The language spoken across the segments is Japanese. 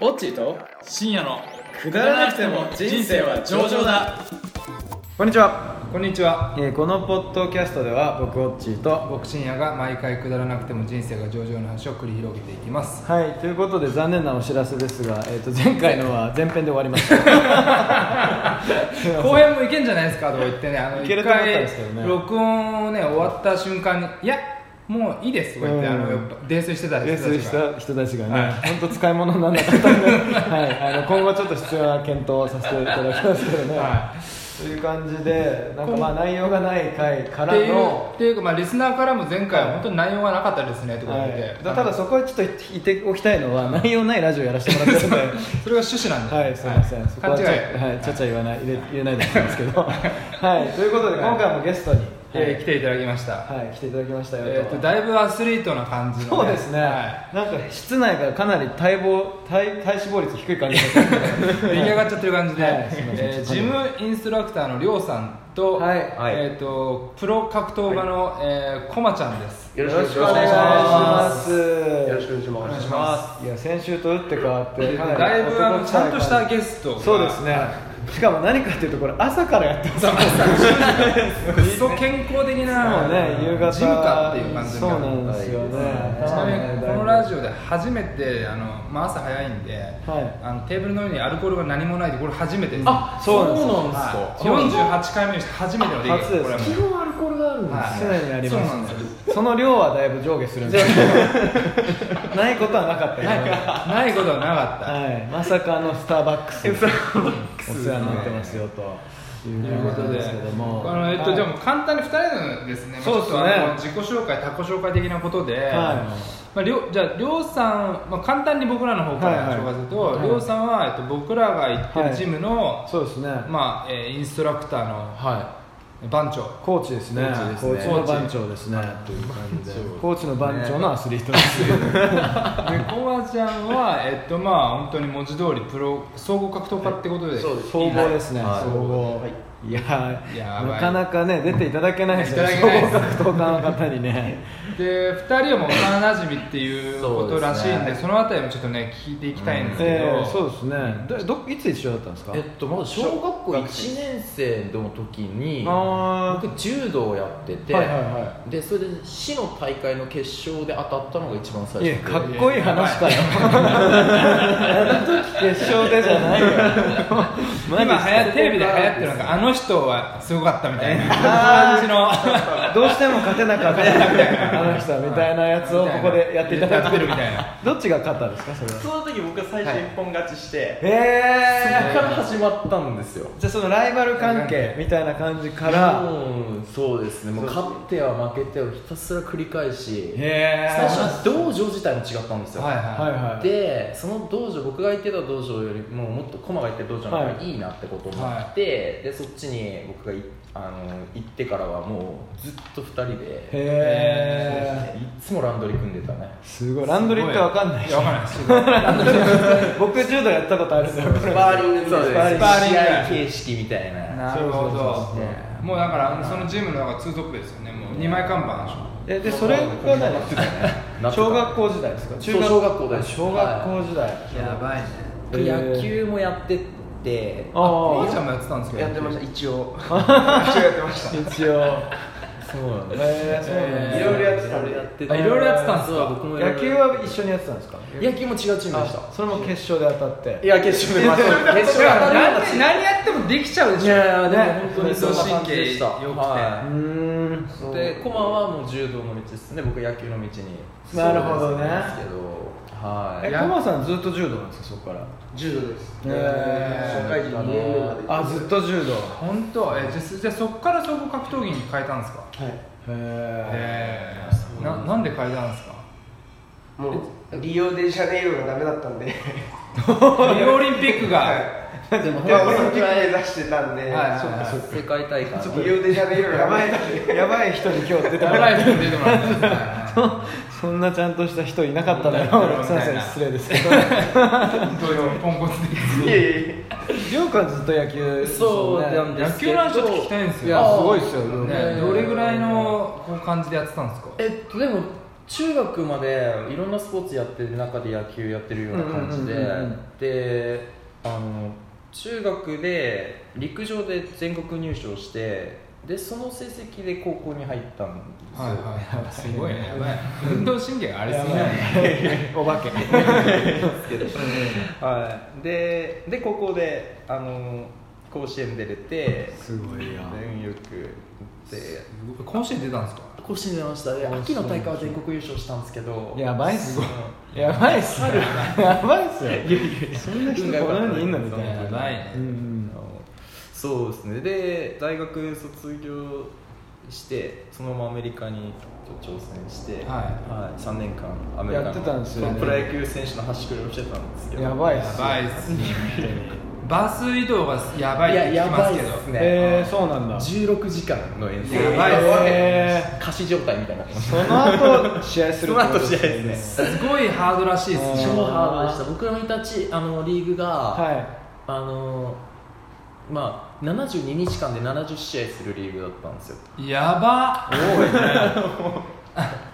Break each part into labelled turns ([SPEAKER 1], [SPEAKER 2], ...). [SPEAKER 1] オッチーと
[SPEAKER 2] 深夜の
[SPEAKER 1] く
[SPEAKER 2] だらなくても人生は上々だ
[SPEAKER 1] こんにちは、
[SPEAKER 3] こんにちは、
[SPEAKER 1] えーこのポッドキャストでは僕オッチーと
[SPEAKER 3] 僕深夜が毎回くだらなくても人生が上々の話を繰り広げていきます。
[SPEAKER 1] はいということで残念なお知らせですが、えー、と前回のは前編で終わりました
[SPEAKER 3] 後編もいけんじゃないですかとか言ってね、あの
[SPEAKER 1] いける
[SPEAKER 3] 一
[SPEAKER 1] と思ったん
[SPEAKER 3] 回
[SPEAKER 1] ですけどね
[SPEAKER 3] 録音をね終わった瞬間にいやもういいですとか言って、
[SPEAKER 1] うん
[SPEAKER 3] あのやっぱ泥酔してた
[SPEAKER 1] レ
[SPEAKER 3] 人
[SPEAKER 1] ース
[SPEAKER 3] たち
[SPEAKER 1] し
[SPEAKER 3] が。
[SPEAKER 1] た人たちがね、
[SPEAKER 3] はい
[SPEAKER 1] 本当使い物にならなかった んで、はい、あの今後ちょっと必要な検討をさせていただきますけどね、
[SPEAKER 3] は
[SPEAKER 1] という感じでなんかまあ内容がない回か
[SPEAKER 3] って
[SPEAKER 1] ら
[SPEAKER 3] いう
[SPEAKER 1] の
[SPEAKER 3] っていうか、まあ、リスナーからも前回は本当に内容がなかったですねとか言って、
[SPEAKER 1] はい、だただそこはちょっと言っておきたいのは内容ないラジオやらせてもらってるんで
[SPEAKER 3] それが趣旨なんで、
[SPEAKER 1] はいすいません、そこ
[SPEAKER 3] 勘
[SPEAKER 1] はち
[SPEAKER 3] 違い
[SPEAKER 1] ょ,、はい、ちゃちゃ言わない入れ入れないでほしいんですけ どはいということで今回もゲストに、
[SPEAKER 3] えー来ていただきました、
[SPEAKER 1] はい来ていただきましたよ
[SPEAKER 3] えー、とだいぶアスリートな感じ
[SPEAKER 1] そ
[SPEAKER 3] のね、
[SPEAKER 1] うですね、
[SPEAKER 3] は
[SPEAKER 1] なんか室内からかなり体肪体体脂肪率低い感じだったんで
[SPEAKER 3] い、出 来上がっちゃってる感じで、
[SPEAKER 1] はいすいません
[SPEAKER 3] えージムインストラクターのりょうさんと,、
[SPEAKER 1] はい
[SPEAKER 3] えー、とプロ格闘家の、えーこまちゃんです
[SPEAKER 4] よ
[SPEAKER 1] よ
[SPEAKER 4] ろ
[SPEAKER 1] ろ
[SPEAKER 4] し
[SPEAKER 1] し
[SPEAKER 4] く
[SPEAKER 1] く
[SPEAKER 4] お
[SPEAKER 1] お
[SPEAKER 4] 願
[SPEAKER 1] 願
[SPEAKER 4] い
[SPEAKER 1] い
[SPEAKER 4] し
[SPEAKER 1] し
[SPEAKER 4] ま。
[SPEAKER 1] ますす
[SPEAKER 4] よろしくお願いし
[SPEAKER 3] お
[SPEAKER 4] ま
[SPEAKER 3] 願い
[SPEAKER 4] す
[SPEAKER 3] し。ま
[SPEAKER 1] いや先週と打って変わってかなり
[SPEAKER 3] だいぶあ
[SPEAKER 1] 男
[SPEAKER 3] の
[SPEAKER 1] 臭
[SPEAKER 3] ちゃんと
[SPEAKER 1] 感
[SPEAKER 3] し
[SPEAKER 1] じ
[SPEAKER 3] たゲストが
[SPEAKER 1] そうですねしかも何かっていうとこれ朝からやってますから
[SPEAKER 3] くっそ健康的な
[SPEAKER 1] もうね夕方
[SPEAKER 3] ジムかっていう感じに
[SPEAKER 1] そう
[SPEAKER 3] る
[SPEAKER 1] なんですよね
[SPEAKER 3] ちなみにこのラジオで初めてあの、まあ、朝早いんで、
[SPEAKER 1] い
[SPEAKER 3] あのテーブルの上にアルコールが何もないってこれ初めてです
[SPEAKER 1] あそうなんですよ
[SPEAKER 3] はい、48回目にして初めての出来
[SPEAKER 1] 初
[SPEAKER 3] 事
[SPEAKER 1] で
[SPEAKER 3] これはも
[SPEAKER 1] す
[SPEAKER 3] う
[SPEAKER 1] 基本アルコールがあるんです
[SPEAKER 3] はい
[SPEAKER 1] 室内にあり
[SPEAKER 3] そうなん
[SPEAKER 1] ま
[SPEAKER 3] ですすよ
[SPEAKER 1] ねその量はだいぶ上下するんですけどないことはなかったよね
[SPEAKER 3] ないことはなかった、
[SPEAKER 1] はい、まさかのスターバックスお世話になってますよという
[SPEAKER 3] というこ
[SPEAKER 1] こと
[SPEAKER 3] と
[SPEAKER 1] で
[SPEAKER 3] です
[SPEAKER 1] けども
[SPEAKER 3] あのえっと、
[SPEAKER 1] はい
[SPEAKER 3] じゃあもう簡単に2人のですね、まあ
[SPEAKER 1] そうですね
[SPEAKER 3] ちょっとあの自己紹介、他己紹介的なことで、
[SPEAKER 1] はい
[SPEAKER 3] まあ、りょうじゃあ、りょうさん、まあ、簡単に僕らの方から
[SPEAKER 1] はいはい
[SPEAKER 3] 紹介すると、
[SPEAKER 1] はい
[SPEAKER 3] りょうさんは、えっと、僕らが行ってるジムの、
[SPEAKER 1] そうですね、
[SPEAKER 3] まあえーインストラクターの
[SPEAKER 1] は
[SPEAKER 3] 番長、
[SPEAKER 1] い、コーチですね
[SPEAKER 4] コーチです
[SPEAKER 1] コーチ
[SPEAKER 4] ね
[SPEAKER 1] の番長ですねという感じでコーチの番長のアスリートです、
[SPEAKER 3] でコバちゃんは、えっとまあ、本当に文字通りプロ総合格闘家ってことで、
[SPEAKER 4] そうです
[SPEAKER 1] 総合ですね、
[SPEAKER 4] はい
[SPEAKER 1] 総合、
[SPEAKER 4] はいい、
[SPEAKER 1] やー
[SPEAKER 3] やばい
[SPEAKER 1] なかなかね出ていただけないですよ
[SPEAKER 3] い
[SPEAKER 1] 総
[SPEAKER 3] ただけない
[SPEAKER 1] 合格闘家の方にね
[SPEAKER 3] で2人はもう幼なじみっていうことらしいんでそ
[SPEAKER 4] そうですね
[SPEAKER 3] のあたりもちょっとね聞いていきたいんですけど、
[SPEAKER 1] えー、そうですねどどいつ一緒だったんですか
[SPEAKER 4] えっと、まだ小学校1年生の時に
[SPEAKER 1] あー
[SPEAKER 4] 僕柔道をやってて、
[SPEAKER 1] はいはいは
[SPEAKER 4] でそれで市の大会の決勝で当たったのが一番
[SPEAKER 1] い
[SPEAKER 4] 最
[SPEAKER 1] や
[SPEAKER 4] 初で
[SPEAKER 1] かっこいい話かよあの時決勝でじゃないよ
[SPEAKER 3] 今
[SPEAKER 1] マジ
[SPEAKER 3] はやテレビで流行ってるのがあの人はすごかったみたいな感じの
[SPEAKER 1] どうしても勝てなかったあの人はみたいなやつをここでやっていただ
[SPEAKER 3] や
[SPEAKER 1] い
[SPEAKER 3] って
[SPEAKER 1] て
[SPEAKER 3] るみたいな
[SPEAKER 1] どっちが勝ったんですかそれは
[SPEAKER 5] その時僕は最初一本勝ちして、
[SPEAKER 1] え
[SPEAKER 4] から始まったんですよ
[SPEAKER 1] ー、じゃあそのライバル関係みたいな感じから
[SPEAKER 4] うんそうですねもう勝っては負けてをひたすら繰り返し
[SPEAKER 1] へ
[SPEAKER 4] 最初は道場自体も違ったんですよ、
[SPEAKER 3] はいは
[SPEAKER 1] はいはい
[SPEAKER 4] でその道場僕が行ってた道場よりももっと駒が行ってた道場の方がいいなってことになって、でそっちに僕がいあの行ってからはもうずっと2人
[SPEAKER 1] へ
[SPEAKER 4] で
[SPEAKER 1] え
[SPEAKER 4] いつもランドリー組んでたね
[SPEAKER 1] すごいランドリーってわかんない
[SPEAKER 3] い
[SPEAKER 1] し
[SPEAKER 3] いやわかんないです
[SPEAKER 1] 僕柔道やったことあるんだよこれ
[SPEAKER 4] スパーリングみたいな
[SPEAKER 1] そうです
[SPEAKER 4] スパーリング試合形式みたいな
[SPEAKER 3] なるほど
[SPEAKER 1] そうそうそう
[SPEAKER 3] もうだからそのジムの中ツートップですよねもう2枚看板でしょ
[SPEAKER 1] えでそれが何小学校時代ですか
[SPEAKER 4] そう小学校です
[SPEAKER 1] 小学校時代、
[SPEAKER 3] やばいね
[SPEAKER 4] 野球もやってって
[SPEAKER 3] お
[SPEAKER 1] あ
[SPEAKER 3] ばちゃん
[SPEAKER 1] あ
[SPEAKER 3] もやってたんですけど
[SPEAKER 5] やってました一応
[SPEAKER 1] 一応
[SPEAKER 4] そうなんだ
[SPEAKER 1] えー、そうなんだ
[SPEAKER 5] いろいろやってたんで
[SPEAKER 4] やって
[SPEAKER 3] あいろいろやってたんですか
[SPEAKER 4] そう僕もいろいろ
[SPEAKER 1] 野球は一緒にやってたんですか
[SPEAKER 4] 野球も違うチームでした
[SPEAKER 1] あそれも決勝で当たって
[SPEAKER 4] いや決勝で負けた決
[SPEAKER 3] だから何
[SPEAKER 4] 勝で
[SPEAKER 3] 何やってもできちゃうでしょ
[SPEAKER 4] いやいやでも
[SPEAKER 3] ね
[SPEAKER 4] 本当にそんな感じでした
[SPEAKER 3] 運動神経良く
[SPEAKER 1] う
[SPEAKER 3] て
[SPEAKER 4] は
[SPEAKER 1] ーん
[SPEAKER 4] い、でコマはもう柔道の道ですね僕は野球の道に
[SPEAKER 1] なるほどね
[SPEAKER 4] ですけどは
[SPEAKER 1] え
[SPEAKER 4] い
[SPEAKER 1] トマさんずっと柔道なんですかそこから
[SPEAKER 5] 柔道です
[SPEAKER 1] え
[SPEAKER 5] 社会人2年目まで
[SPEAKER 1] あずっと柔道
[SPEAKER 3] 本当えじゃあじゃあそこから総合格闘技に変えたんですか
[SPEAKER 1] へ
[SPEAKER 3] ええななんで変えたんですか
[SPEAKER 5] もうリオデジャネイロがダメだったんで
[SPEAKER 3] リオオリンピック
[SPEAKER 5] は
[SPEAKER 3] が
[SPEAKER 1] え
[SPEAKER 5] い
[SPEAKER 1] でも
[SPEAKER 5] でオリンピック目指してたんで、
[SPEAKER 3] はい
[SPEAKER 5] そっかそっ
[SPEAKER 4] 世界大会
[SPEAKER 5] かリオデジャネイロが
[SPEAKER 1] や
[SPEAKER 5] ダ
[SPEAKER 1] ば
[SPEAKER 5] メだっ
[SPEAKER 1] いやばい人に今日出ても
[SPEAKER 3] や
[SPEAKER 1] ら
[SPEAKER 3] ば
[SPEAKER 1] う
[SPEAKER 3] い人出てもらったんですね
[SPEAKER 1] そんなちゃんとした人いなかっただろうすいません失礼ですけど
[SPEAKER 3] どういうポンコツ的
[SPEAKER 5] たんでいやいやいや
[SPEAKER 1] 亮君はずっと野球
[SPEAKER 4] そうなん
[SPEAKER 1] で
[SPEAKER 4] で
[SPEAKER 3] 野
[SPEAKER 4] すけ
[SPEAKER 3] 球
[SPEAKER 4] ど
[SPEAKER 3] の話ちょっと聞きたいんです
[SPEAKER 1] すよねい
[SPEAKER 3] よ
[SPEAKER 1] やすごいですよ
[SPEAKER 3] ねどれぐらいのこう感じでやってたんですか
[SPEAKER 4] えっとでも中学までいろんなスポーツやってる中で野球やってるような感じで、
[SPEAKER 1] うんうんうんうん
[SPEAKER 4] であの中学で陸上で全国入賞してでその成績で高校に入ったんですよ、
[SPEAKER 3] はいはいはいすごいねやばい運動神経がありすぎない
[SPEAKER 1] お化け
[SPEAKER 4] はい、ででここであの甲子園出れて
[SPEAKER 3] すごいや
[SPEAKER 4] で運よくで
[SPEAKER 3] 甲子園出たんですか
[SPEAKER 4] 甲子園出ましたで秋の大会は全国優勝したんですけど
[SPEAKER 1] やばいっすよやばいっすよやばいっすよそんな人この世にいんのみたい
[SPEAKER 3] そん
[SPEAKER 1] な
[SPEAKER 3] なないね
[SPEAKER 1] うんうん
[SPEAKER 4] あのそうですねで大学卒業してそのままアメリカに挑戦して、
[SPEAKER 3] はい
[SPEAKER 4] はい、3年間アメリカの
[SPEAKER 1] やってたんですよね
[SPEAKER 4] プロ野球選手の端くれをしてたんですけど
[SPEAKER 1] やばいっ
[SPEAKER 3] や
[SPEAKER 1] す
[SPEAKER 3] ばいっすねバス移動がやばいって聞
[SPEAKER 4] やや
[SPEAKER 3] きま
[SPEAKER 4] ば
[SPEAKER 3] す
[SPEAKER 4] い
[SPEAKER 3] け
[SPEAKER 4] で
[SPEAKER 3] ど
[SPEAKER 4] すね、
[SPEAKER 1] えー、そうなんだ
[SPEAKER 4] 16時間の遠征
[SPEAKER 3] やばいっす
[SPEAKER 1] え
[SPEAKER 4] 貸し状態みたいな感じ
[SPEAKER 1] ーその後試合する
[SPEAKER 4] そ
[SPEAKER 1] っ
[SPEAKER 4] の
[SPEAKER 1] てこ
[SPEAKER 4] 後
[SPEAKER 1] と
[SPEAKER 4] 試合
[SPEAKER 1] ですよ
[SPEAKER 4] で
[SPEAKER 1] ね
[SPEAKER 4] す
[SPEAKER 3] す
[SPEAKER 4] ね
[SPEAKER 3] ごいハードらしいですね
[SPEAKER 1] うん
[SPEAKER 4] 超ハードでした僕らのいたちあのリーグが、
[SPEAKER 1] は
[SPEAKER 4] あのまあ72日間で70試合するリーグだったんですよ
[SPEAKER 3] やば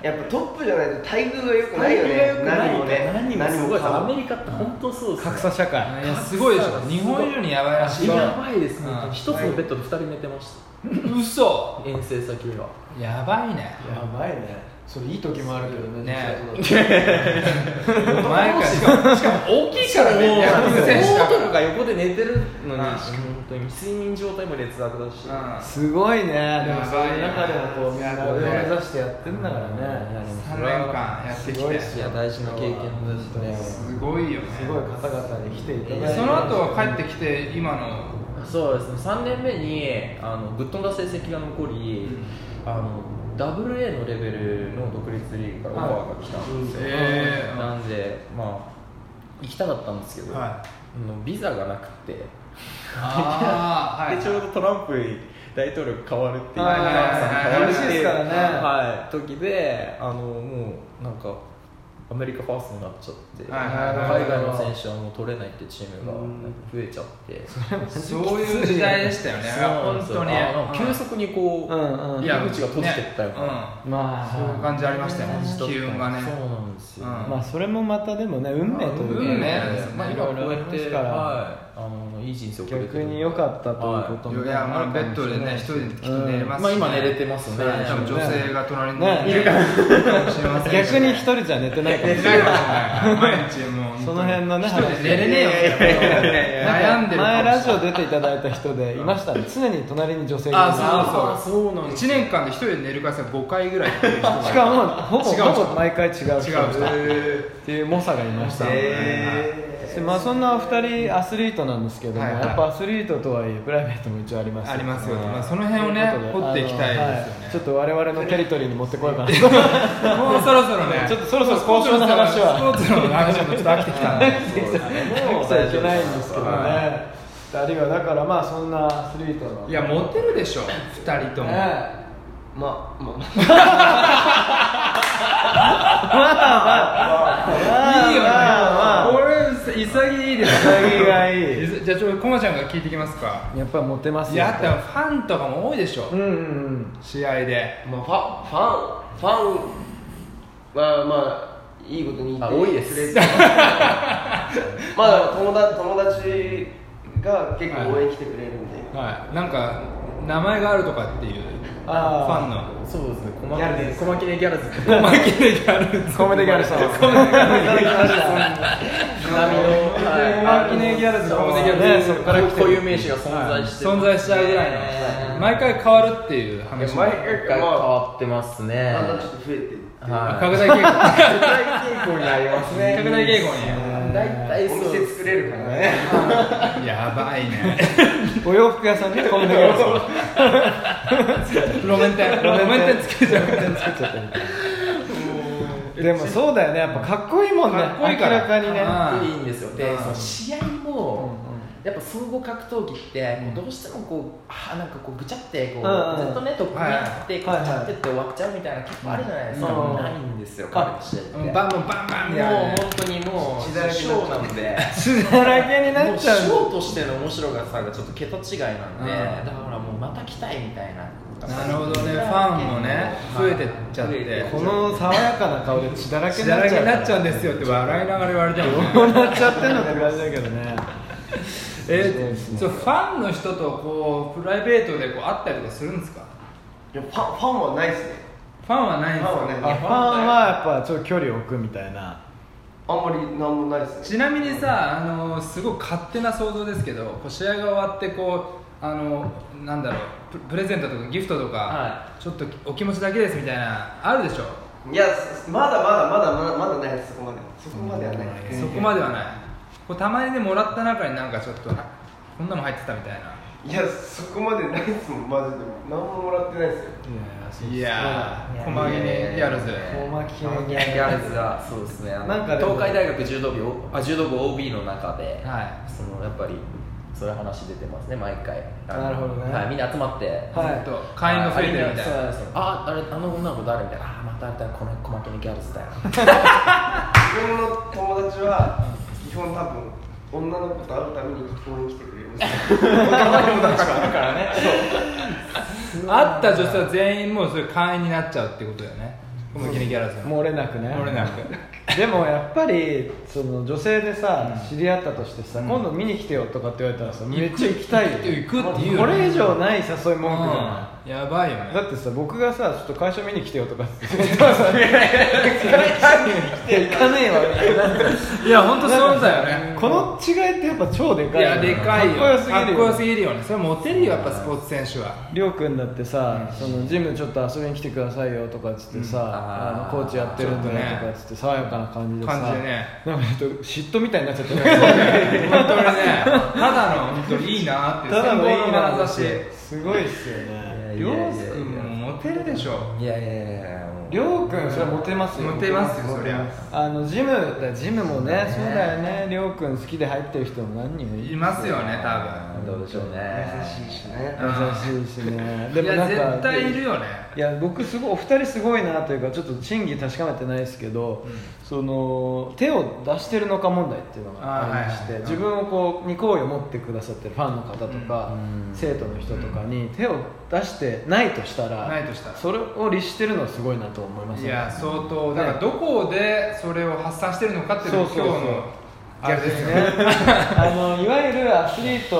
[SPEAKER 5] やっぱトップじゃないと待遇が良くないよね何もね
[SPEAKER 4] 何もすごいです
[SPEAKER 5] か
[SPEAKER 4] アメリカって本当そう
[SPEAKER 1] い
[SPEAKER 4] です、ね、
[SPEAKER 1] 格差社会
[SPEAKER 3] いやすごいでしょ日本以上にやばいらしい
[SPEAKER 4] やばいですね
[SPEAKER 3] うん
[SPEAKER 4] 一つのベッドで2人寝てまし
[SPEAKER 3] 嘘
[SPEAKER 4] た遠征先は
[SPEAKER 3] やばい ね
[SPEAKER 5] やばいねそれいい時もあるけどね
[SPEAKER 3] ね
[SPEAKER 5] 実際
[SPEAKER 3] 前からしかもしかも
[SPEAKER 4] 大きいから
[SPEAKER 5] ね
[SPEAKER 4] もう
[SPEAKER 3] ヤクルト選手だから
[SPEAKER 4] 男が横で寝てる
[SPEAKER 3] う
[SPEAKER 4] のに
[SPEAKER 3] ん
[SPEAKER 4] 本当に睡眠状態も劣悪だし
[SPEAKER 1] すごいねでも
[SPEAKER 3] や
[SPEAKER 1] そう
[SPEAKER 3] ばい
[SPEAKER 1] いう中でもこうみんな上を目指してやってんだからね
[SPEAKER 3] 3年間やってき
[SPEAKER 1] すごい
[SPEAKER 3] て
[SPEAKER 1] っす
[SPEAKER 4] いや大事な経験ですね
[SPEAKER 3] すごいよね
[SPEAKER 1] すごい方々に来ていただいて
[SPEAKER 3] その後は帰ってきて今の
[SPEAKER 4] そうですね3年目にあのぶっ飛んだ成績が残り、あの WA のレベルの独立リーグからオファーが来たんですよ、
[SPEAKER 3] はいへー
[SPEAKER 4] なんでまあ行きたかったんですけど、
[SPEAKER 3] は
[SPEAKER 4] あのビザがなくて、
[SPEAKER 3] ああはい
[SPEAKER 4] でちょうどトランプ大統領が変わるっていう、
[SPEAKER 3] はいはいはい
[SPEAKER 4] トランプさんが変わるって
[SPEAKER 1] 嬉し
[SPEAKER 4] いう
[SPEAKER 1] いですからね
[SPEAKER 4] はい、時であのもうなんかアメリカファーストになっちゃって、
[SPEAKER 3] はいはいはい
[SPEAKER 4] 海外の選手はもう取れないってチームがなんか増えちゃって、
[SPEAKER 3] そういう時代でしたよね本当に
[SPEAKER 4] あの急速にこう、
[SPEAKER 1] うんうん
[SPEAKER 4] 入り口が閉じてったよ
[SPEAKER 3] ね
[SPEAKER 4] ね
[SPEAKER 1] まあ
[SPEAKER 3] うんそういう感じありましたよね気運がね
[SPEAKER 4] そうなんですよ、
[SPEAKER 3] うん
[SPEAKER 1] まあそれもまたでもね運命というか
[SPEAKER 3] 運命
[SPEAKER 1] ね
[SPEAKER 3] ですね
[SPEAKER 4] まあ、
[SPEAKER 1] い
[SPEAKER 4] 今
[SPEAKER 1] ろい
[SPEAKER 4] こ
[SPEAKER 1] ろ
[SPEAKER 4] う
[SPEAKER 1] あ
[SPEAKER 4] や
[SPEAKER 1] り
[SPEAKER 4] っ
[SPEAKER 1] ま
[SPEAKER 4] て
[SPEAKER 1] すから
[SPEAKER 4] はい、あのいい人生を送れて
[SPEAKER 1] 逆
[SPEAKER 4] る
[SPEAKER 1] に良かったということも
[SPEAKER 3] い
[SPEAKER 1] ね
[SPEAKER 3] や
[SPEAKER 1] あ
[SPEAKER 3] ま
[SPEAKER 1] る
[SPEAKER 3] あ
[SPEAKER 1] か
[SPEAKER 3] ベ
[SPEAKER 1] も
[SPEAKER 3] ッ
[SPEAKER 1] しれな
[SPEAKER 3] ドで
[SPEAKER 1] い
[SPEAKER 3] ね一人できっと寝れますし
[SPEAKER 4] まあ、今寝れてますね
[SPEAKER 3] 多分女性が隣に
[SPEAKER 1] ね
[SPEAKER 3] いるかもしれません
[SPEAKER 1] 逆に一人じゃ寝てないかもしれない
[SPEAKER 3] ないかもしれない毎日もう本当に
[SPEAKER 1] その辺のね
[SPEAKER 3] 一人で寝れねえよ悩んでる
[SPEAKER 1] 前ラジオ出ていただいた人でいましたね常に隣に女性がいる
[SPEAKER 3] あ
[SPEAKER 4] あそうそうなんです
[SPEAKER 3] 1年間で一人で寝る回数が5回ぐらいっていう人がいる
[SPEAKER 1] しかもほぼ
[SPEAKER 3] 違う
[SPEAKER 1] ほぼ毎回違う人
[SPEAKER 3] 違う人
[SPEAKER 1] っていう猛者がいました
[SPEAKER 5] え
[SPEAKER 1] でまあそんなお二人アスリートなんですけども
[SPEAKER 3] はいはい
[SPEAKER 1] やっぱアスリートとはいえプライベートも一応あります
[SPEAKER 3] ありますよね、
[SPEAKER 1] うん
[SPEAKER 3] まあ、その辺をね
[SPEAKER 1] というこ
[SPEAKER 3] 掘
[SPEAKER 1] と
[SPEAKER 3] っ
[SPEAKER 1] で
[SPEAKER 3] ていきたいですよ
[SPEAKER 1] あのは
[SPEAKER 3] ね
[SPEAKER 1] ちょっと我々のテリトリーに持ってこようかなち
[SPEAKER 3] もうそろそろね
[SPEAKER 1] ょっとそろそろ交渉の話
[SPEAKER 3] ス ポ
[SPEAKER 1] は
[SPEAKER 3] ーツの話もちょっと飽きてきたんで
[SPEAKER 1] もうしちゃいけないんですけどね
[SPEAKER 3] は
[SPEAKER 1] 二人はだからまあそんなアスリートの
[SPEAKER 3] いやモテるでしょ2人とも、
[SPEAKER 5] まあまあ
[SPEAKER 3] いいよね、
[SPEAKER 1] まあまあ
[SPEAKER 3] これ潔いです
[SPEAKER 1] 潔がいい
[SPEAKER 3] いじゃあちょっとコマちゃんが聞いてきますか
[SPEAKER 1] やっぱりモテます
[SPEAKER 3] い
[SPEAKER 1] よ
[SPEAKER 3] やあとはファンとかも多いでしょ、
[SPEAKER 1] うんうん
[SPEAKER 3] 試合で
[SPEAKER 5] まあ、ファンファンファンはまあいいことに言って
[SPEAKER 4] あ多いです
[SPEAKER 5] れ てまあ友達友達が結構応援来てくれるんで、
[SPEAKER 3] はいなんか名前があるとかっていうフ
[SPEAKER 1] あー
[SPEAKER 3] ァンの
[SPEAKER 4] そうですね小
[SPEAKER 5] ギャルです
[SPEAKER 4] 牧根ギャルズって
[SPEAKER 3] コマキネギャル
[SPEAKER 1] うんコメディギャルさん
[SPEAKER 4] はい
[SPEAKER 1] マキネギャルズ
[SPEAKER 4] 小牧根ギャルズ
[SPEAKER 1] ねそこから来て
[SPEAKER 4] こういう
[SPEAKER 1] る
[SPEAKER 4] 名詞が存在してる、
[SPEAKER 3] 存在しちゃうぐらいの毎回変わるっていう
[SPEAKER 4] 毎
[SPEAKER 3] 話も
[SPEAKER 4] 回変わってますね
[SPEAKER 5] だんだんちょっと増えてる
[SPEAKER 3] あ
[SPEAKER 4] は
[SPEAKER 3] 拡大傾向
[SPEAKER 4] い拡大傾向にありますね
[SPEAKER 3] 拡大傾向
[SPEAKER 4] 大体そう
[SPEAKER 5] お店作れるからね
[SPEAKER 3] に やばいね
[SPEAKER 1] お洋服屋さんでコメディギャ ルさん
[SPEAKER 3] 路面店路面店つけちゃう
[SPEAKER 1] 作っちゃったみたいなでもそうだよねやっぱかっこいいもんね
[SPEAKER 3] かっこいいから
[SPEAKER 1] 明らかにね
[SPEAKER 3] あ
[SPEAKER 4] いいんですよ
[SPEAKER 3] う
[SPEAKER 4] で
[SPEAKER 3] ん
[SPEAKER 4] その試合
[SPEAKER 1] うんう
[SPEAKER 4] も
[SPEAKER 1] ん
[SPEAKER 4] やっぱ総合格闘技ってもうどうしてもこうあなんかこうぐちゃってこう
[SPEAKER 1] うんうん
[SPEAKER 4] ずっとねトップにあってぐち
[SPEAKER 1] はいはい
[SPEAKER 4] ゃってって終わっちゃうみたいな結構あるじゃないです
[SPEAKER 1] うん
[SPEAKER 4] かないんですよ彼の試合って
[SPEAKER 3] バン
[SPEAKER 4] もう
[SPEAKER 3] バンバンバンみたいなね
[SPEAKER 4] 本当にもうシ
[SPEAKER 5] 血だらけになっちゃう
[SPEAKER 4] ョーなんで
[SPEAKER 1] 血だらけになっ
[SPEAKER 4] もう
[SPEAKER 1] ち
[SPEAKER 4] ショ
[SPEAKER 1] ゃう
[SPEAKER 4] ーとしての面白さがちょっと桁違いなんで
[SPEAKER 3] うん
[SPEAKER 4] だからもうまた来たいみたいな
[SPEAKER 3] なるほどねファンもね増えてっちゃっ
[SPEAKER 5] 増え
[SPEAKER 3] て
[SPEAKER 5] て
[SPEAKER 1] この爽やかな顔で血だらけに
[SPEAKER 3] 血
[SPEAKER 1] なっ
[SPEAKER 3] だら
[SPEAKER 1] ちゃうから
[SPEAKER 3] けになっちゃうんですよって笑いながら言われても
[SPEAKER 1] どうなっちゃってんのって感じだけどね
[SPEAKER 3] えそうファンの人とこうプライベートでこう会ったりとかするんですか
[SPEAKER 5] いやファンファンはないっすね
[SPEAKER 3] ファンはないんです
[SPEAKER 5] ファンはない
[SPEAKER 3] か
[SPEAKER 1] あファンはやっぱちょっと距離を置くみたいな
[SPEAKER 5] あんまりなんもないっすね
[SPEAKER 3] ちなみにさ、あのすごい勝手な想像ですけどこう試合が終わってこうあのなんだろうププレゼントとかギフトとか、
[SPEAKER 4] は
[SPEAKER 3] ちょっとお気持ちだけですみたいなあるでしょ、
[SPEAKER 5] いやすまだまだまだまだまだないですそこまではそこまではないです
[SPEAKER 3] そこまではないこうたまにねもらった中になんかちょっとなこんなの入ってたみたいない
[SPEAKER 5] やそこまでないっすもんマジで何ももらってないっすよ
[SPEAKER 3] いやー
[SPEAKER 4] いや
[SPEAKER 3] 細切れやるぜ
[SPEAKER 1] 小牧
[SPEAKER 4] いやギャルズはそうですねあの
[SPEAKER 1] なんかでも
[SPEAKER 4] 東海大学柔道部あ柔道部 OB の中で、
[SPEAKER 3] はい
[SPEAKER 4] そのやっぱりそういう話出てますね毎回あの
[SPEAKER 1] なるほどね
[SPEAKER 4] はい、みんな集まって、
[SPEAKER 1] はい
[SPEAKER 3] ずっと会員が増えてるみたい
[SPEAKER 4] そう
[SPEAKER 3] な
[SPEAKER 4] なんですよああれあの女の子誰みたいなあーまたあれだこの小牧のギャルズだよ
[SPEAKER 5] 自分の友達は基本多分女の子と会うために基本来てくれるんですよ
[SPEAKER 3] 会った女性は全員もうそれ会員になっちゃうってことだよね小牧のギャルズの
[SPEAKER 1] 漏れなくね
[SPEAKER 3] 漏れなく
[SPEAKER 1] で もやっぱりその女性でさ、知り合ったとしてさ、今度見に来てよとかって言われたらさめっちゃ行きたいよ
[SPEAKER 3] 行くって言うよね
[SPEAKER 1] これ以上ない誘い文句じゃない、
[SPEAKER 3] うんやばいよね
[SPEAKER 1] だってさ僕がさちょっと会社見に来てよとかって言ったら さいや行かねえわみたいない
[SPEAKER 3] や本当そうだよね
[SPEAKER 1] この違いってやっぱ超で
[SPEAKER 3] い
[SPEAKER 1] かいよ
[SPEAKER 3] やでかいよ
[SPEAKER 1] かっこよすぎるよ
[SPEAKER 3] かっこよすぎるよねそれモテるよやっぱスポーツ選手は
[SPEAKER 1] りょうくんだってさ、そのジムちょっと遊びに来てくださいよとかっつってさ、
[SPEAKER 4] あ
[SPEAKER 1] あ
[SPEAKER 4] ー
[SPEAKER 1] のコーチやってるんだねとかっつって爽やかな感じでさ
[SPEAKER 3] 感じでね
[SPEAKER 1] なんかちょっと嫉妬みたいになっちゃってる
[SPEAKER 3] 本当にねただの本当にいいなって
[SPEAKER 1] ただのいいな
[SPEAKER 3] 羨
[SPEAKER 1] だ
[SPEAKER 3] 望眼
[SPEAKER 1] し
[SPEAKER 3] 差
[SPEAKER 1] すごいっすよね
[SPEAKER 3] りょうすくんもモテるでしょ
[SPEAKER 4] いやいやいやいやもう
[SPEAKER 1] りょうくんそれはモテますよ
[SPEAKER 3] モテますよそりゃ
[SPEAKER 1] あのジムだジムもねそうだよねりょうくん好きで入ってる人も何人もいる
[SPEAKER 3] いますよね多
[SPEAKER 4] あ
[SPEAKER 3] 分
[SPEAKER 4] ーどうでしょうね
[SPEAKER 5] 優しいしね
[SPEAKER 1] 優しいしねで
[SPEAKER 3] い
[SPEAKER 1] もな
[SPEAKER 3] や
[SPEAKER 1] んか
[SPEAKER 3] 絶対いるよね
[SPEAKER 1] いや僕すごいお二人すごいなというかちょっと真偽確かめてないですけど、その手を出してるのか問題っていうのがありまして、
[SPEAKER 3] あーはいはいはい
[SPEAKER 1] 自分をこうに好意を持ってくださってるファンの方とか、
[SPEAKER 4] うん
[SPEAKER 1] 生徒の人とかに手を出してないとしたら
[SPEAKER 3] ないとしたら
[SPEAKER 1] それを律してるのはすごいなと思います
[SPEAKER 3] い
[SPEAKER 1] ね
[SPEAKER 3] や相当
[SPEAKER 1] ね
[SPEAKER 3] だからどこでそれを発散してるのかっていうのが
[SPEAKER 1] そう
[SPEAKER 3] 今
[SPEAKER 1] そう
[SPEAKER 3] 日
[SPEAKER 1] そう
[SPEAKER 3] のあれですよ
[SPEAKER 1] ね
[SPEAKER 3] ね
[SPEAKER 1] あのいわゆるアスリート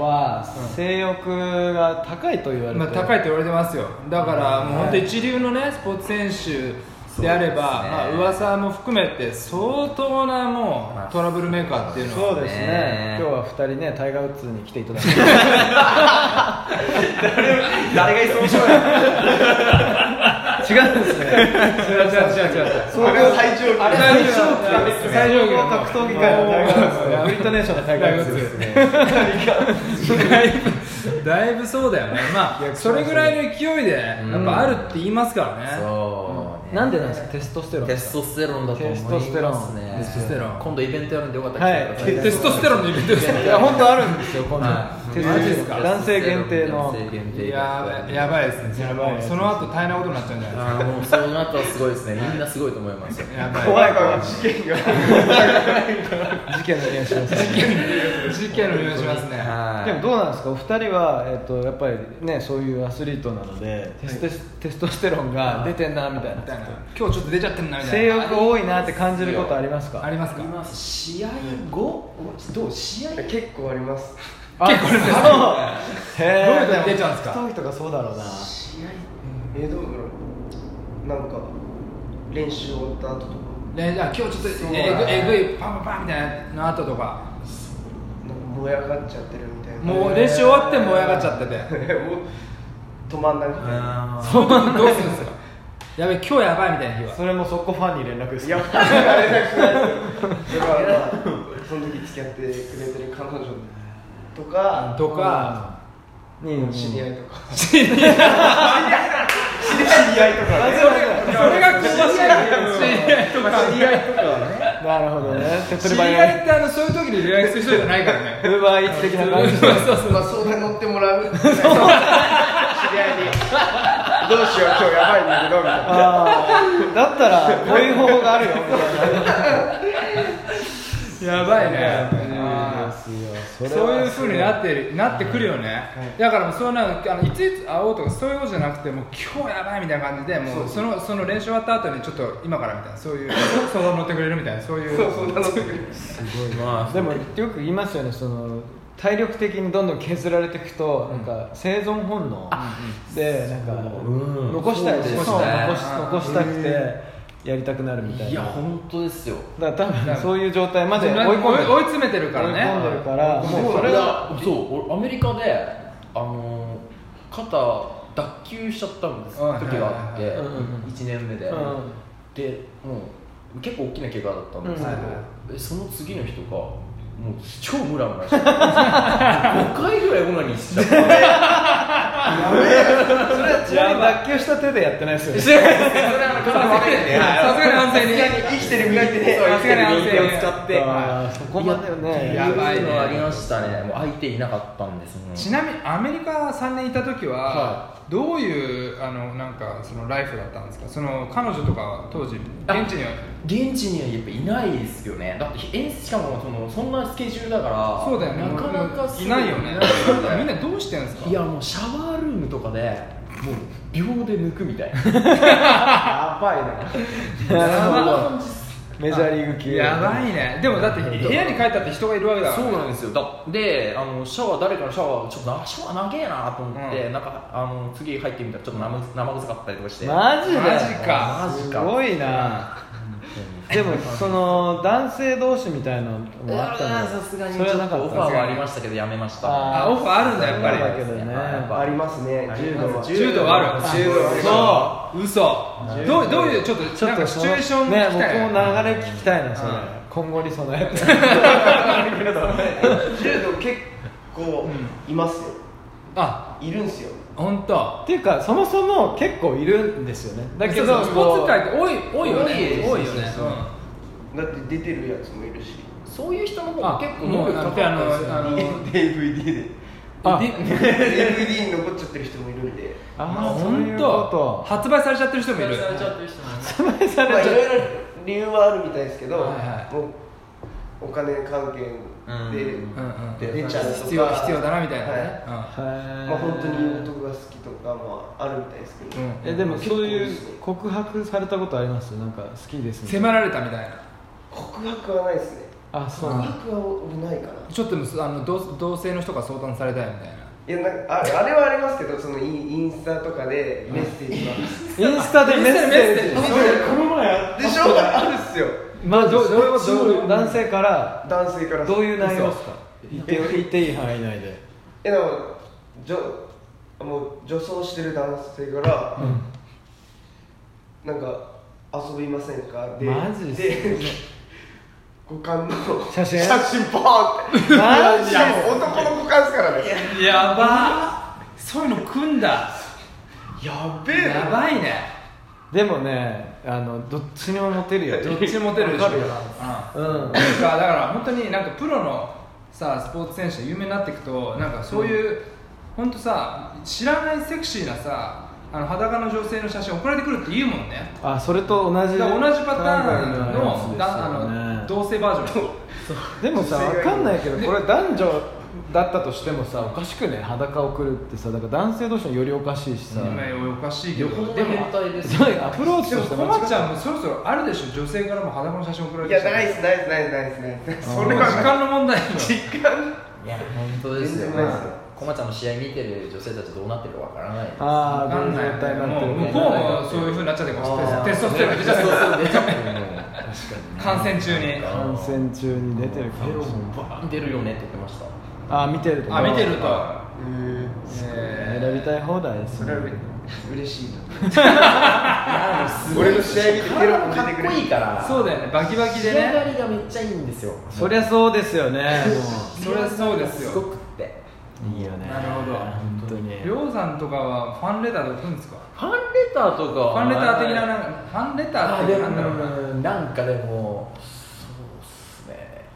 [SPEAKER 1] は性欲が高いと言われて、
[SPEAKER 3] まあ、高いと言われてますよだからもう本当一流のねスポーツ選手であれば、まあ、噂も含めて相当なもうトラブルメーカーっていうのは
[SPEAKER 1] そうですね
[SPEAKER 4] ね
[SPEAKER 1] 今日は二人ねタイガー・ウッズに来ていただいて
[SPEAKER 5] 誰がいそうしようや
[SPEAKER 1] 違うんですね。
[SPEAKER 3] 違う違う違う違う
[SPEAKER 1] そう
[SPEAKER 5] あれは最上級
[SPEAKER 1] あれ最上級ですね。
[SPEAKER 3] 最上級
[SPEAKER 1] 格闘技界の大学ですね。
[SPEAKER 3] もう
[SPEAKER 1] ブリットネーションの大学ですね。
[SPEAKER 3] だいぶだいぶそうだよねまあそれぐらいの勢いでやっぱあるって言いますからね、
[SPEAKER 4] そうね
[SPEAKER 1] なんでなんですかテストステロン。
[SPEAKER 4] テストステロンだと思いますね
[SPEAKER 1] テストステロン
[SPEAKER 3] テストステロン
[SPEAKER 4] 今度イベントやるんでよかったら来て
[SPEAKER 1] は
[SPEAKER 4] ください、
[SPEAKER 1] い
[SPEAKER 3] テストステロンのイベントです
[SPEAKER 1] いや本当あるんですよ今
[SPEAKER 4] はい
[SPEAKER 1] 度。テスト
[SPEAKER 3] マジですか
[SPEAKER 1] 男性限定の
[SPEAKER 4] 男。性限定
[SPEAKER 3] やばいやばいですねじゃあもうその後大変なことになっちゃうんじゃない
[SPEAKER 4] あーもうその後はすごいですねみんなすごいと思いますよ
[SPEAKER 3] ですかやばい
[SPEAKER 5] 怖いから事件が
[SPEAKER 1] 事件の匂いします。
[SPEAKER 3] 事件の匂いしますね
[SPEAKER 4] はい
[SPEAKER 1] でもどうなんですかお二人はえっとやっぱりねそういうアスリートなのでテステステストステロンが出てんなみたい
[SPEAKER 3] みたい
[SPEAKER 1] な。
[SPEAKER 3] な今日ちょっと出ちゃってんなみた
[SPEAKER 1] 性
[SPEAKER 3] いな
[SPEAKER 1] 欲多いなって感じることありますか。
[SPEAKER 3] ありますか
[SPEAKER 4] 今試合後どう試合
[SPEAKER 5] 結構あります
[SPEAKER 1] 結構あります。そう。へ
[SPEAKER 3] どうい
[SPEAKER 1] え
[SPEAKER 3] う時出ちゃうんですか
[SPEAKER 1] 格闘技とかそうだろうな。
[SPEAKER 5] 試合えどうだろうなんか練習終わった後とか
[SPEAKER 3] ね、じゃあ今日ちょっとえぐえぐいパンパンパンみたいなの後とか
[SPEAKER 5] なんか燃え上がっちゃってるみたいな
[SPEAKER 3] もう練習終わって燃え上がっちゃって て
[SPEAKER 5] もう止まんなくて
[SPEAKER 3] そういう時どうするんですかやべ今日やばいみたいな日は
[SPEAKER 1] それもそこファンに連絡です
[SPEAKER 5] い
[SPEAKER 1] か
[SPEAKER 5] や、本当にあれなくないですよ。だから、その時付き合ってくれてる彼女とか、
[SPEAKER 3] とか
[SPEAKER 1] に
[SPEAKER 5] 知り合いとか。
[SPEAKER 3] それが詳しい知り合いとか
[SPEAKER 5] 知り合いとかはね。
[SPEAKER 1] なるほどね手っ
[SPEAKER 3] 知
[SPEAKER 1] 取り
[SPEAKER 3] り
[SPEAKER 1] 早
[SPEAKER 3] 合い
[SPEAKER 1] い
[SPEAKER 3] ってあのそういう時に恋愛する人じゃないからね
[SPEAKER 1] ウーバーイーツ的な感じで
[SPEAKER 5] まあ、相談乗ってもらう。知り合いに。どうしよう、今日やばいんだけど、みたいな。
[SPEAKER 1] あーだったらこういう方法があるよみたいな
[SPEAKER 3] やばいね
[SPEAKER 1] うん
[SPEAKER 3] あは
[SPEAKER 1] です
[SPEAKER 3] そ
[SPEAKER 1] よ
[SPEAKER 3] ういう
[SPEAKER 1] ふ
[SPEAKER 3] ふ
[SPEAKER 1] う
[SPEAKER 3] うになってるなってくるよね、
[SPEAKER 5] はい
[SPEAKER 3] だからもうそうなんかあのいついつ会おうとかそういうことじゃなくてもう今日やばいみたいな感じでもうそのその練習終わった後にちょっと今からみたいなそういう相談乗ってくれるみたいなそういう
[SPEAKER 5] そうそんなのってくる
[SPEAKER 4] ま
[SPEAKER 1] でもよく言いますよねその体力的にどんどん削られていくと、なんか生存本能でなんか
[SPEAKER 4] うん
[SPEAKER 1] 残したいし、
[SPEAKER 4] そうですね
[SPEAKER 1] そう残し残したくてやりたくなるみ
[SPEAKER 4] あ
[SPEAKER 1] た
[SPEAKER 4] い
[SPEAKER 1] い
[SPEAKER 4] や
[SPEAKER 1] な
[SPEAKER 4] 本当ですよ
[SPEAKER 1] だから多分そういう状態まで追い込んでる
[SPEAKER 3] 追い詰めてるから
[SPEAKER 1] 追い込んでる
[SPEAKER 3] ね
[SPEAKER 1] から
[SPEAKER 4] も
[SPEAKER 1] も
[SPEAKER 4] う
[SPEAKER 1] うそ
[SPEAKER 4] それ
[SPEAKER 1] れが
[SPEAKER 4] がそう俺アメリカであのー肩脱臼しちゃったんです時
[SPEAKER 3] はいはいはい
[SPEAKER 4] があって
[SPEAKER 1] うんうんうん
[SPEAKER 4] 1年目で、
[SPEAKER 1] うん
[SPEAKER 4] でもう結構大きな怪我だったんですけど、えその次の日とかもう超ムラムラして 5回ぐらいオナニーしちゃった
[SPEAKER 1] それはちなみに脱臼した手でやってないですよ ね
[SPEAKER 3] さすがに安静に
[SPEAKER 5] 生きてる磨いてね
[SPEAKER 3] さすがに安静に
[SPEAKER 4] 使って
[SPEAKER 1] あーそこまでよね
[SPEAKER 3] やばいね
[SPEAKER 4] のありましたねもう相手いなかったんですもん
[SPEAKER 3] ちなみにアメリカ3年いた時は、
[SPEAKER 4] は
[SPEAKER 3] どういうあのなんかそのライフだったんですかその彼女とかは当時現地には
[SPEAKER 4] 現地にはやっぱいないですよねだってえしかもそのそんなスケジュールだから
[SPEAKER 3] そうだよね
[SPEAKER 4] なかなかす
[SPEAKER 3] い
[SPEAKER 4] ぐ
[SPEAKER 3] ないよね
[SPEAKER 4] なか
[SPEAKER 3] だからみんなどうしてんですか
[SPEAKER 4] いやもうシャワールームとかでもう秒で抜くみたいな
[SPEAKER 1] やばいなメジャーリーグ級
[SPEAKER 3] やばいねでもだって部屋に帰ったって人がいるわけだから
[SPEAKER 4] そうなんですよだであのシャワー誰かのシャワーちょっとなシャワー長えなと思って、
[SPEAKER 3] う
[SPEAKER 4] なんかあの次入ってみたらちょっと生生臭かったりとかして
[SPEAKER 1] マジで
[SPEAKER 3] マジか
[SPEAKER 4] マジ
[SPEAKER 1] す
[SPEAKER 4] か
[SPEAKER 1] ごいなでもその男性同士みたいなのもあったの
[SPEAKER 4] あーさすがにち
[SPEAKER 1] そ
[SPEAKER 4] ょっ
[SPEAKER 1] れ
[SPEAKER 4] と
[SPEAKER 1] は
[SPEAKER 4] オ
[SPEAKER 1] なかっ
[SPEAKER 4] ファ
[SPEAKER 1] た
[SPEAKER 4] ーはありましたけどやめました
[SPEAKER 1] あ
[SPEAKER 3] あオファーあるんだやっぱり
[SPEAKER 1] だけどね
[SPEAKER 5] ありますね柔道は
[SPEAKER 3] 柔道ある
[SPEAKER 5] 柔道ある
[SPEAKER 3] そう嘘どうどういうちょっと
[SPEAKER 1] ちょ
[SPEAKER 3] な
[SPEAKER 1] っ
[SPEAKER 3] んか
[SPEAKER 1] と
[SPEAKER 3] シ
[SPEAKER 1] そ
[SPEAKER 3] チュ
[SPEAKER 1] の
[SPEAKER 3] エーション聞
[SPEAKER 1] ね
[SPEAKER 3] き
[SPEAKER 1] 僕
[SPEAKER 3] た
[SPEAKER 1] も
[SPEAKER 3] いね
[SPEAKER 1] 流れ聞きたいなそれ
[SPEAKER 3] うん
[SPEAKER 1] 今後に備えて
[SPEAKER 5] 柔道結構いますよ
[SPEAKER 3] あ
[SPEAKER 5] いるんすよ
[SPEAKER 3] 本当。
[SPEAKER 1] っていうかそもそも結構いるんですよねだけ
[SPEAKER 3] そう
[SPEAKER 1] ど
[SPEAKER 3] そうスポーツ界っ
[SPEAKER 1] こ
[SPEAKER 3] て多い多いよね
[SPEAKER 4] 多
[SPEAKER 3] 多
[SPEAKER 4] い
[SPEAKER 3] いよね
[SPEAKER 4] ですそうそうそう
[SPEAKER 3] うん
[SPEAKER 5] だって出てるやつもいるし
[SPEAKER 4] そういう人の方
[SPEAKER 3] あ
[SPEAKER 4] が結構
[SPEAKER 3] も
[SPEAKER 4] 能
[SPEAKER 3] うだ
[SPEAKER 4] 力高
[SPEAKER 3] ってあ
[SPEAKER 4] か
[SPEAKER 3] の
[SPEAKER 4] ったですよ
[SPEAKER 3] あ
[SPEAKER 4] ね
[SPEAKER 3] の
[SPEAKER 5] DVD で
[SPEAKER 3] あ
[SPEAKER 5] DVD に残っちゃってる人もいるんで
[SPEAKER 1] うああそうい
[SPEAKER 3] 本
[SPEAKER 1] う
[SPEAKER 3] 当
[SPEAKER 1] こ
[SPEAKER 3] 発売されちゃってる人もいる
[SPEAKER 5] まあいろいろ理由はあるみたいですけど、
[SPEAKER 3] はいはい
[SPEAKER 5] もうお金関係で、
[SPEAKER 4] うん
[SPEAKER 3] うんうん
[SPEAKER 5] 出ちゃうとか
[SPEAKER 3] 必要必要だなみたいな
[SPEAKER 5] は
[SPEAKER 3] ね
[SPEAKER 5] い
[SPEAKER 1] とへ
[SPEAKER 3] うん
[SPEAKER 1] ー
[SPEAKER 5] まあ本当に男が好きとかもあるみたいですけど、
[SPEAKER 3] うん
[SPEAKER 1] えでもそういう告白されたことありますなんか好きですね
[SPEAKER 3] 迫られたみたいな
[SPEAKER 5] 告白はないですね
[SPEAKER 1] あそう
[SPEAKER 5] 告
[SPEAKER 1] なんだ
[SPEAKER 5] 白は俺ないかな
[SPEAKER 3] ちょっとでもあの同同性の人が相談されたいみたいない
[SPEAKER 5] やなんかああれはありますけどそのインインスタとかでメッセージ は、
[SPEAKER 1] インスタでメッセージ
[SPEAKER 5] あそれこの前あ でしょあるっすよ
[SPEAKER 1] まあどうどういうこと
[SPEAKER 3] どういう
[SPEAKER 1] 男性から
[SPEAKER 5] 男性から
[SPEAKER 1] どういう内容ですか言って言っていい範囲内で
[SPEAKER 5] えでもじょもう女装してる男性から、なんか遊びませんかで
[SPEAKER 1] マジっすか
[SPEAKER 5] で股間の
[SPEAKER 1] 写真
[SPEAKER 5] 写真パーンって
[SPEAKER 1] マジ
[SPEAKER 5] いやもう男の股間ですからね
[SPEAKER 3] やばそういうの組んだ
[SPEAKER 5] やべえな
[SPEAKER 3] やばいね
[SPEAKER 1] でもねあのどっちにもモテるよ
[SPEAKER 3] どっちモテるでしょ
[SPEAKER 1] わかるよ
[SPEAKER 3] うん、なんかだから本当になんかプロのさスポーツ選手が有名になっていくとなんかそういう、本当さ知らないセクシーなさあの裸の女性の写真送られてくるって言うもんね
[SPEAKER 1] あそれと同じ
[SPEAKER 3] だから同じパターン
[SPEAKER 1] やつです
[SPEAKER 3] の
[SPEAKER 1] よ
[SPEAKER 3] だあ
[SPEAKER 1] ね
[SPEAKER 3] の同性バージョン
[SPEAKER 1] でもさ分かんないけどこれ男女だったとしてもさおかしくね裸を送るってさだから男性同士のよりおかしいしさ
[SPEAKER 3] 今おかしいけど
[SPEAKER 4] よほど
[SPEAKER 3] で
[SPEAKER 4] の
[SPEAKER 3] も
[SPEAKER 4] 変態です
[SPEAKER 1] そういうアプローチ
[SPEAKER 3] で
[SPEAKER 1] と
[SPEAKER 3] も
[SPEAKER 1] して
[SPEAKER 3] コマ
[SPEAKER 1] っ
[SPEAKER 3] ちゃんもそろそろあるでしょ女性からも裸の写真送られ
[SPEAKER 5] い
[SPEAKER 3] て
[SPEAKER 5] や
[SPEAKER 3] きた
[SPEAKER 5] ナイスナイスナイスナイスナイスそ
[SPEAKER 3] これ
[SPEAKER 5] れ
[SPEAKER 3] は
[SPEAKER 5] は
[SPEAKER 3] 時間の問題よ
[SPEAKER 4] いや本当ですよ
[SPEAKER 5] 全然ないですよ
[SPEAKER 4] コマちゃんの試合見てる女性たちどうなってるかわからないです
[SPEAKER 1] あ
[SPEAKER 3] わ
[SPEAKER 1] あ
[SPEAKER 3] か
[SPEAKER 1] どうい
[SPEAKER 3] ん
[SPEAKER 1] う状
[SPEAKER 3] ない
[SPEAKER 1] 態になって
[SPEAKER 3] もう
[SPEAKER 1] る
[SPEAKER 3] 向こうもそういうふうになっちゃってるかもしれないテストステロン出ちゃってる
[SPEAKER 4] そうそう
[SPEAKER 3] 感染中に
[SPEAKER 1] 感染中に出てるかもしれない
[SPEAKER 4] 出るよねって言ってました
[SPEAKER 1] あー見てると
[SPEAKER 3] あ見てると
[SPEAKER 1] え
[SPEAKER 3] え
[SPEAKER 1] ー選びたい放題です
[SPEAKER 5] それ
[SPEAKER 1] ね
[SPEAKER 5] は嬉しいな俺の試合見てテロップ
[SPEAKER 4] か
[SPEAKER 5] 出
[SPEAKER 4] っ
[SPEAKER 5] てくれ
[SPEAKER 4] こいいから
[SPEAKER 3] ーそうだよねバキバキで
[SPEAKER 4] 仕上が
[SPEAKER 3] ね
[SPEAKER 4] りがめっちゃいいんですよ
[SPEAKER 1] そりゃそうですよね
[SPEAKER 3] そりゃそうです
[SPEAKER 4] すご
[SPEAKER 3] よ
[SPEAKER 4] くって
[SPEAKER 1] もう いいよね
[SPEAKER 3] なるほど
[SPEAKER 1] 本当に
[SPEAKER 3] りょうさんとかはファンレターで送るんですか
[SPEAKER 4] ファンレターとか
[SPEAKER 3] フ
[SPEAKER 4] は
[SPEAKER 3] ァンレター的ななんかファンレター
[SPEAKER 4] あ
[SPEAKER 3] って
[SPEAKER 4] で
[SPEAKER 3] いうな
[SPEAKER 4] も
[SPEAKER 3] んだろうな
[SPEAKER 4] なんかでもそうっすね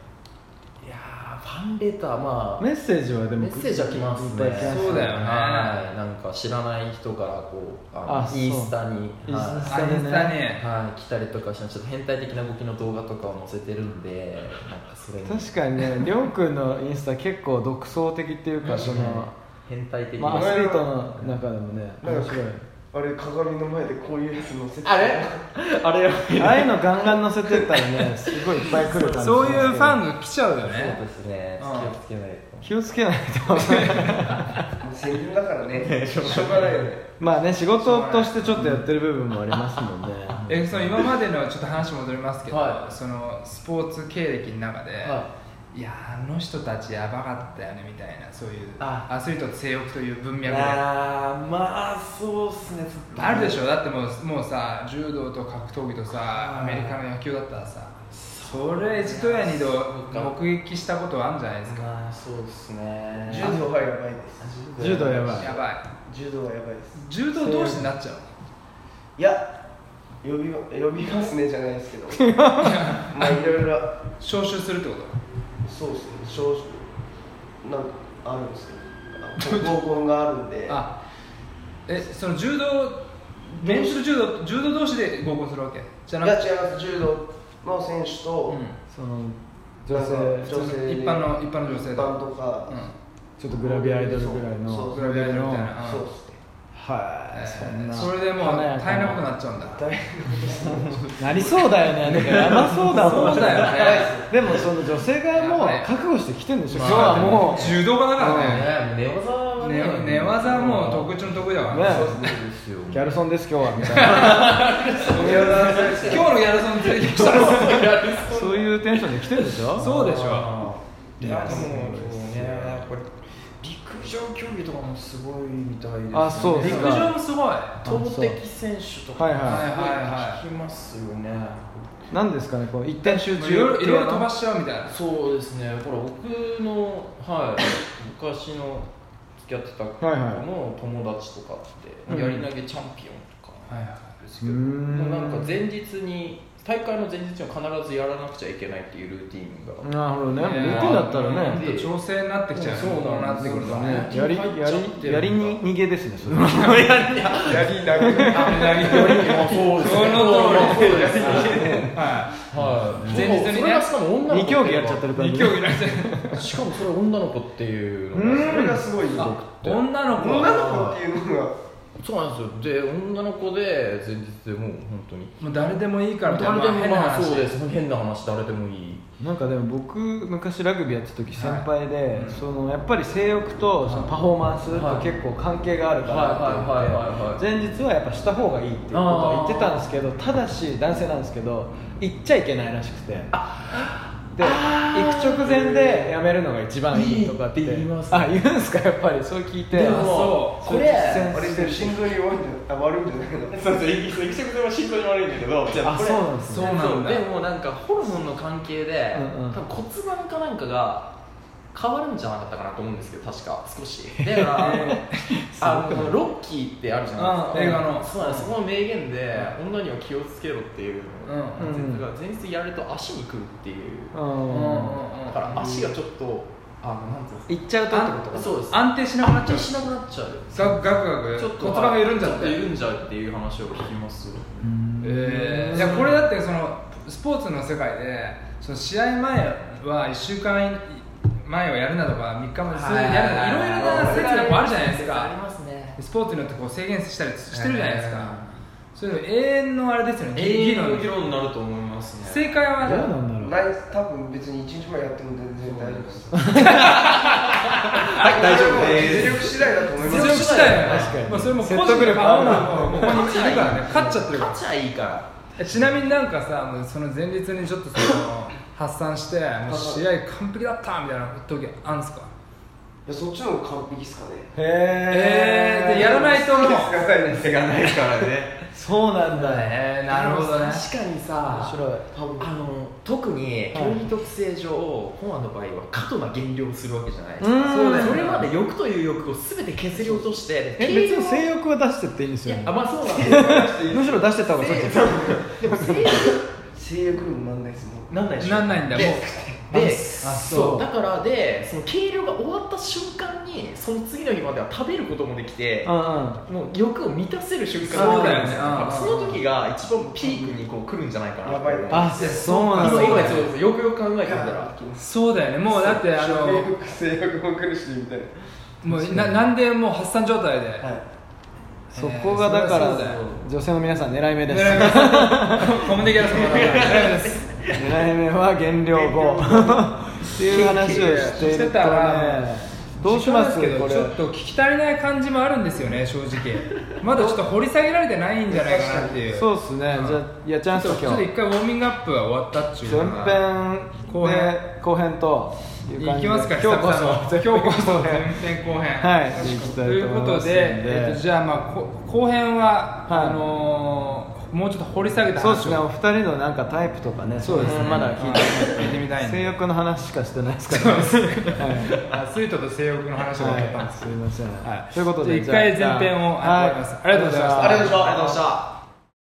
[SPEAKER 4] いやーファァンレターまあ
[SPEAKER 1] メッセージはでも
[SPEAKER 4] メッセージは来ますね
[SPEAKER 1] いっぱい来ます
[SPEAKER 3] そうだよね
[SPEAKER 4] はいなんか知らない人からこうあ
[SPEAKER 1] あ
[SPEAKER 4] のインスタに
[SPEAKER 1] そうインス
[SPEAKER 4] は
[SPEAKER 1] タ
[SPEAKER 3] あインスタに
[SPEAKER 4] い、はい、来たりとかしてちょっと変態的な動きの動画とかを載せてるんでなんかそれに
[SPEAKER 1] 確かにねりょうくんのインスタ結構独創的っていうかその、
[SPEAKER 4] 変態的
[SPEAKER 1] ま
[SPEAKER 4] な、
[SPEAKER 1] あ、アスリートの中でもね
[SPEAKER 5] なん
[SPEAKER 1] 面
[SPEAKER 5] か
[SPEAKER 1] 白い
[SPEAKER 5] あれ鏡の前でこういうやつ載せて
[SPEAKER 4] あれあれよ
[SPEAKER 1] ああいうのガンガン載せてったらねすごいいっぱい来る感じ
[SPEAKER 3] そういうファンが来ちゃうよ
[SPEAKER 4] そう
[SPEAKER 3] ね
[SPEAKER 4] ですね
[SPEAKER 3] うん
[SPEAKER 4] 気をつけないと
[SPEAKER 1] 気をつけないと
[SPEAKER 5] もう宣伝だからねしょうがないよね
[SPEAKER 1] まあね仕事としてちょっとやってる部分もありますもんね
[SPEAKER 3] えその今までのちょっと話戻りますけど、
[SPEAKER 4] はい
[SPEAKER 3] そのスポーツ経歴の中で、、
[SPEAKER 4] はい
[SPEAKER 3] やあの人たちやばかったよねみたいなそういう
[SPEAKER 4] あ
[SPEAKER 3] アスリート性欲という文
[SPEAKER 4] い
[SPEAKER 3] 脈であ
[SPEAKER 4] やーまあそうっすねちょっと
[SPEAKER 3] るでしょだってもうもうさ柔道と格闘技とさ
[SPEAKER 4] あー
[SPEAKER 3] アメリカの野球だったらさそれ一度や二度目撃したことあるんじゃないですか
[SPEAKER 4] まあそうっすね
[SPEAKER 5] 柔道はやばいです
[SPEAKER 1] 柔道やばい
[SPEAKER 3] やばい
[SPEAKER 5] 柔道はやばいです
[SPEAKER 3] 柔道同士になっちゃう
[SPEAKER 5] いや呼びま呼びますねじゃないです けどまあいろいろ
[SPEAKER 3] 招集するってこ
[SPEAKER 5] そうですね少々なんかあるんですけど合コンがあるんで
[SPEAKER 3] とあえその柔道練習柔道柔道同士で合コンするわけじゃ
[SPEAKER 5] い
[SPEAKER 3] なく
[SPEAKER 5] や
[SPEAKER 3] て
[SPEAKER 5] 違います柔道の選手と、
[SPEAKER 1] その
[SPEAKER 5] な
[SPEAKER 1] 女
[SPEAKER 5] んか
[SPEAKER 1] 性
[SPEAKER 5] 女性
[SPEAKER 3] 一般の一般の女性
[SPEAKER 5] 一
[SPEAKER 3] だ
[SPEAKER 5] 般とか、
[SPEAKER 1] ちょっとグラビアアイドルぐらい
[SPEAKER 5] そ
[SPEAKER 1] の
[SPEAKER 5] う
[SPEAKER 3] グラビアアイドルみたいな
[SPEAKER 5] そうですね
[SPEAKER 1] はいそん
[SPEAKER 3] えー
[SPEAKER 1] な
[SPEAKER 3] それでもう
[SPEAKER 1] 華や
[SPEAKER 3] 大
[SPEAKER 1] か
[SPEAKER 3] 変なことになっちゃうんだ
[SPEAKER 5] 大変
[SPEAKER 1] なりそうだよねなんかやばそうだもん
[SPEAKER 3] そうだよね
[SPEAKER 1] でもその女性側も覚悟してきてるんでしょ今日
[SPEAKER 3] まあ
[SPEAKER 1] はもう
[SPEAKER 3] 柔道家だか
[SPEAKER 4] ね
[SPEAKER 3] らね
[SPEAKER 4] 寝技はね
[SPEAKER 3] 寝寝技はもう得意中の得意だからね
[SPEAKER 1] ね
[SPEAKER 4] そうですよ
[SPEAKER 1] ギャルソンです今日はみたいな
[SPEAKER 3] 今日のギャルソン連れてきたの
[SPEAKER 1] そういうテンションで来てるでしょ
[SPEAKER 3] そうでしょ
[SPEAKER 4] あ
[SPEAKER 5] いやでも
[SPEAKER 4] ねこれ陸上競技とかもすごいみたいですね
[SPEAKER 1] あそう
[SPEAKER 3] 陸
[SPEAKER 1] ですか
[SPEAKER 3] 上もすごい
[SPEAKER 4] 投擲選手とか
[SPEAKER 1] はいはい
[SPEAKER 3] はいはい
[SPEAKER 4] 聞きますよね
[SPEAKER 1] なんですかねこう一点集中
[SPEAKER 3] いろいろいろいろ飛ば
[SPEAKER 1] し
[SPEAKER 3] しちゃうみたいな
[SPEAKER 4] そうですねこれ僕のはい昔の付き合ってた子
[SPEAKER 1] はいはい
[SPEAKER 4] の友達とかってやり投げチャンピオンとか
[SPEAKER 3] はいはい
[SPEAKER 4] です
[SPEAKER 1] う
[SPEAKER 4] け
[SPEAKER 1] ー
[SPEAKER 4] ども
[SPEAKER 1] ん
[SPEAKER 4] うなんか前日に大会の前日には必ずやらなくちゃいけないっていうルーティンが
[SPEAKER 1] なるほどねもう
[SPEAKER 3] ね
[SPEAKER 1] ルーティンだったら
[SPEAKER 4] うん
[SPEAKER 1] ね
[SPEAKER 3] ちょっと調整になってきちゃう
[SPEAKER 4] そう
[SPEAKER 3] こう
[SPEAKER 4] な
[SPEAKER 3] なんっ
[SPEAKER 4] で
[SPEAKER 3] て
[SPEAKER 4] す
[SPEAKER 3] くる
[SPEAKER 4] よ
[SPEAKER 3] とね
[SPEAKER 1] ねやりやりやりに逃げですねそれ
[SPEAKER 5] やり投げ
[SPEAKER 4] そうです
[SPEAKER 3] その通りですは
[SPEAKER 4] はい
[SPEAKER 3] 前日にね
[SPEAKER 4] それがしかも女の子
[SPEAKER 1] 二競技やっちゃってるから
[SPEAKER 3] い
[SPEAKER 1] ね
[SPEAKER 3] 二競技なんて
[SPEAKER 4] らしかもそれ女の子っていうのが
[SPEAKER 5] それがすごいよ
[SPEAKER 3] 女の子
[SPEAKER 5] 女の子っていうのが
[SPEAKER 4] そうなんですよで女の子で前日でもう本当に
[SPEAKER 3] もう誰でもいいからみたいな
[SPEAKER 4] 誰でも
[SPEAKER 3] 変な
[SPEAKER 4] まあ
[SPEAKER 3] 話
[SPEAKER 4] そうです変な話誰でもいい
[SPEAKER 1] なんかでも僕昔ラグビーやってた時先輩で、
[SPEAKER 3] うん
[SPEAKER 1] そのやっぱり性欲とそのパフォーマンス
[SPEAKER 4] は
[SPEAKER 1] と
[SPEAKER 4] い
[SPEAKER 1] 結構関係があるからって言って前日はやっぱした方がいいっていうことは言ってたんですけどただし男性なんですけど行っちゃいけないらしくてで行く直前でやめるのが一番いいとかって
[SPEAKER 4] いいって言います
[SPEAKER 1] あ言うんですかやっぱりそう聞いて
[SPEAKER 4] で
[SPEAKER 1] あ
[SPEAKER 4] も
[SPEAKER 1] そう
[SPEAKER 4] これ
[SPEAKER 1] 実践
[SPEAKER 5] あれで心臓に弱いんじゃないあ悪いんじゃないのそうそう液食では心臓に悪いんだけどじ
[SPEAKER 1] あそうなんです
[SPEAKER 3] そう
[SPEAKER 1] ね
[SPEAKER 3] なんだ
[SPEAKER 4] でもなんかホルモンの関係で、
[SPEAKER 1] うんうん
[SPEAKER 4] 多分骨盤かなんかが変わるんじゃなかったかなと思うんですけど確か少しだから、あのロッキーってあるじゃないですか
[SPEAKER 3] あ映画の
[SPEAKER 4] そうなんですそこの名言で女には気をつけろっていうのが、
[SPEAKER 1] うんうん
[SPEAKER 4] だから前日やると足にくるっていう、
[SPEAKER 1] うん
[SPEAKER 4] だから足がちょっとあのなんていうんで
[SPEAKER 1] 行っちゃうとってこと
[SPEAKER 4] すかそうです
[SPEAKER 3] 安定しなくなっちゃ
[SPEAKER 4] 定
[SPEAKER 3] う
[SPEAKER 4] しなくなっちゃう
[SPEAKER 3] ガクガクガク
[SPEAKER 4] ちょっと
[SPEAKER 3] 骨盤が緩んじゃっ
[SPEAKER 4] ちょっと
[SPEAKER 3] て
[SPEAKER 4] 緩んじゃうっていう話を聞きますよ
[SPEAKER 3] えーいやこれだってそのスポーツの世界でその試合前は1週間前をやるなとか3日までそういうのやるなとかいろいろな説がこうあるじゃないです
[SPEAKER 4] あり
[SPEAKER 3] か
[SPEAKER 4] ますね
[SPEAKER 3] スポーツによってこう制限したりしてるじゃないです
[SPEAKER 4] はいはい
[SPEAKER 3] か
[SPEAKER 4] はい
[SPEAKER 3] そういうの永遠のあれですよね
[SPEAKER 4] 永
[SPEAKER 3] 議
[SPEAKER 4] 遠の
[SPEAKER 3] 論
[SPEAKER 4] 議論になると思いますね
[SPEAKER 3] 正解は
[SPEAKER 1] どうなんだろう
[SPEAKER 5] ない多分別に1日前やっても全然大丈夫です
[SPEAKER 4] はい大丈夫です
[SPEAKER 5] 実力次第だと思いま
[SPEAKER 3] 実
[SPEAKER 5] す
[SPEAKER 3] 力次第だよね
[SPEAKER 1] 確かに
[SPEAKER 3] まあそれも個人
[SPEAKER 1] 説得力あるな
[SPEAKER 3] もうここにいるからね勝っちゃってるから
[SPEAKER 4] 勝ちゃいいから
[SPEAKER 3] えちなみになんかさもうその前日にちょっとその発散してもう試合完璧だったみたいな時あるんですか
[SPEAKER 5] いやそっちの方が完璧っすかね
[SPEAKER 1] へ
[SPEAKER 3] え
[SPEAKER 1] え
[SPEAKER 3] ー、でやらないともう
[SPEAKER 5] 手がないからね
[SPEAKER 1] そうなんだね
[SPEAKER 3] えー、なるほどね
[SPEAKER 4] 確かにさ
[SPEAKER 1] 面白い
[SPEAKER 5] 多分
[SPEAKER 4] あの特に競技特性上、コアの場合は過度な減量をするわけじゃないです
[SPEAKER 1] うん
[SPEAKER 4] かそうだよそれまで欲という欲を全て削り落として
[SPEAKER 1] え別に性欲は出してっていいんです
[SPEAKER 4] い
[SPEAKER 1] よ
[SPEAKER 4] や
[SPEAKER 1] ね
[SPEAKER 4] あまあそうなんですよ
[SPEAKER 1] むしろ出してった方がそっち
[SPEAKER 4] でも性欲
[SPEAKER 5] 性欲にもなんないですもん
[SPEAKER 4] なんないでしょ
[SPEAKER 3] なんないんだもう
[SPEAKER 4] で
[SPEAKER 2] で
[SPEAKER 1] あ
[SPEAKER 2] そ
[SPEAKER 1] そう
[SPEAKER 2] うだからでその計量が終わった瞬間にその次の日までは食べることもできて
[SPEAKER 1] うん
[SPEAKER 2] もう欲を満たせる瞬間
[SPEAKER 3] そうだよね
[SPEAKER 2] 多分そ
[SPEAKER 3] うん
[SPEAKER 2] の時が一番ピークにこう来るんじゃないかな
[SPEAKER 5] やばいね
[SPEAKER 1] あそうなん
[SPEAKER 2] 今
[SPEAKER 1] だ
[SPEAKER 2] 今そうですよくよく考えてみたら
[SPEAKER 3] そうだよねもうだってあ の
[SPEAKER 5] 性欲も苦しいみたい
[SPEAKER 3] も
[SPEAKER 5] な
[SPEAKER 3] うななんでもう発散状態で、
[SPEAKER 5] はい
[SPEAKER 1] そこがだか
[SPEAKER 3] えーそ
[SPEAKER 1] ら
[SPEAKER 3] りゃそうだよ
[SPEAKER 1] 女性の皆さん狙い目です
[SPEAKER 3] 狙い目ですコムデギャラスもだから狙い目です
[SPEAKER 1] 狙い目は減量後っていう話をしている
[SPEAKER 3] して
[SPEAKER 1] と
[SPEAKER 3] た
[SPEAKER 1] ね
[SPEAKER 3] ら
[SPEAKER 1] どうします
[SPEAKER 3] けど
[SPEAKER 1] これ
[SPEAKER 3] ちょっと聞き足りない感じもあるんですよね正直 まだちょっと掘り下げられてないんじゃないかなっていう
[SPEAKER 1] そうですねじゃあやっちゃいます
[SPEAKER 3] ちょ
[SPEAKER 1] か
[SPEAKER 3] っとちょ
[SPEAKER 1] 今
[SPEAKER 3] っと
[SPEAKER 1] 日
[SPEAKER 3] 一回ウォーミングアップは終わったっちゅう
[SPEAKER 1] 前
[SPEAKER 3] のが
[SPEAKER 1] 編
[SPEAKER 3] 後編
[SPEAKER 1] で後編という感
[SPEAKER 3] い
[SPEAKER 1] じで
[SPEAKER 3] きますか
[SPEAKER 1] 今日こ
[SPEAKER 3] 久々
[SPEAKER 1] そ
[SPEAKER 3] の今日こそ前
[SPEAKER 1] 編
[SPEAKER 3] 編後編
[SPEAKER 1] はい
[SPEAKER 3] 確かに
[SPEAKER 1] 行き
[SPEAKER 3] と
[SPEAKER 1] たい
[SPEAKER 3] い
[SPEAKER 1] と
[SPEAKER 3] う
[SPEAKER 1] 思
[SPEAKER 3] こ
[SPEAKER 1] いま
[SPEAKER 3] と
[SPEAKER 1] す
[SPEAKER 3] で、えっとじゃあまあこ後編は、
[SPEAKER 1] はい
[SPEAKER 3] あのーもうちょっと掘り下げた
[SPEAKER 1] そうです
[SPEAKER 3] 話
[SPEAKER 1] ねお
[SPEAKER 3] を
[SPEAKER 1] 二人のなんかタイプとかね
[SPEAKER 3] そうですね
[SPEAKER 1] の辺まだ聞いて
[SPEAKER 3] はい聞いてみ たいんで
[SPEAKER 1] 性 欲の話しかしてないですからねはい
[SPEAKER 3] アスリートと性欲の話を聞いたんです
[SPEAKER 1] すみません。
[SPEAKER 3] はい
[SPEAKER 1] ということで、
[SPEAKER 3] じゃあ一回
[SPEAKER 1] じゃあ
[SPEAKER 3] 前編を
[SPEAKER 1] はい
[SPEAKER 3] 終わりますありがとうございました
[SPEAKER 5] ありがとうございました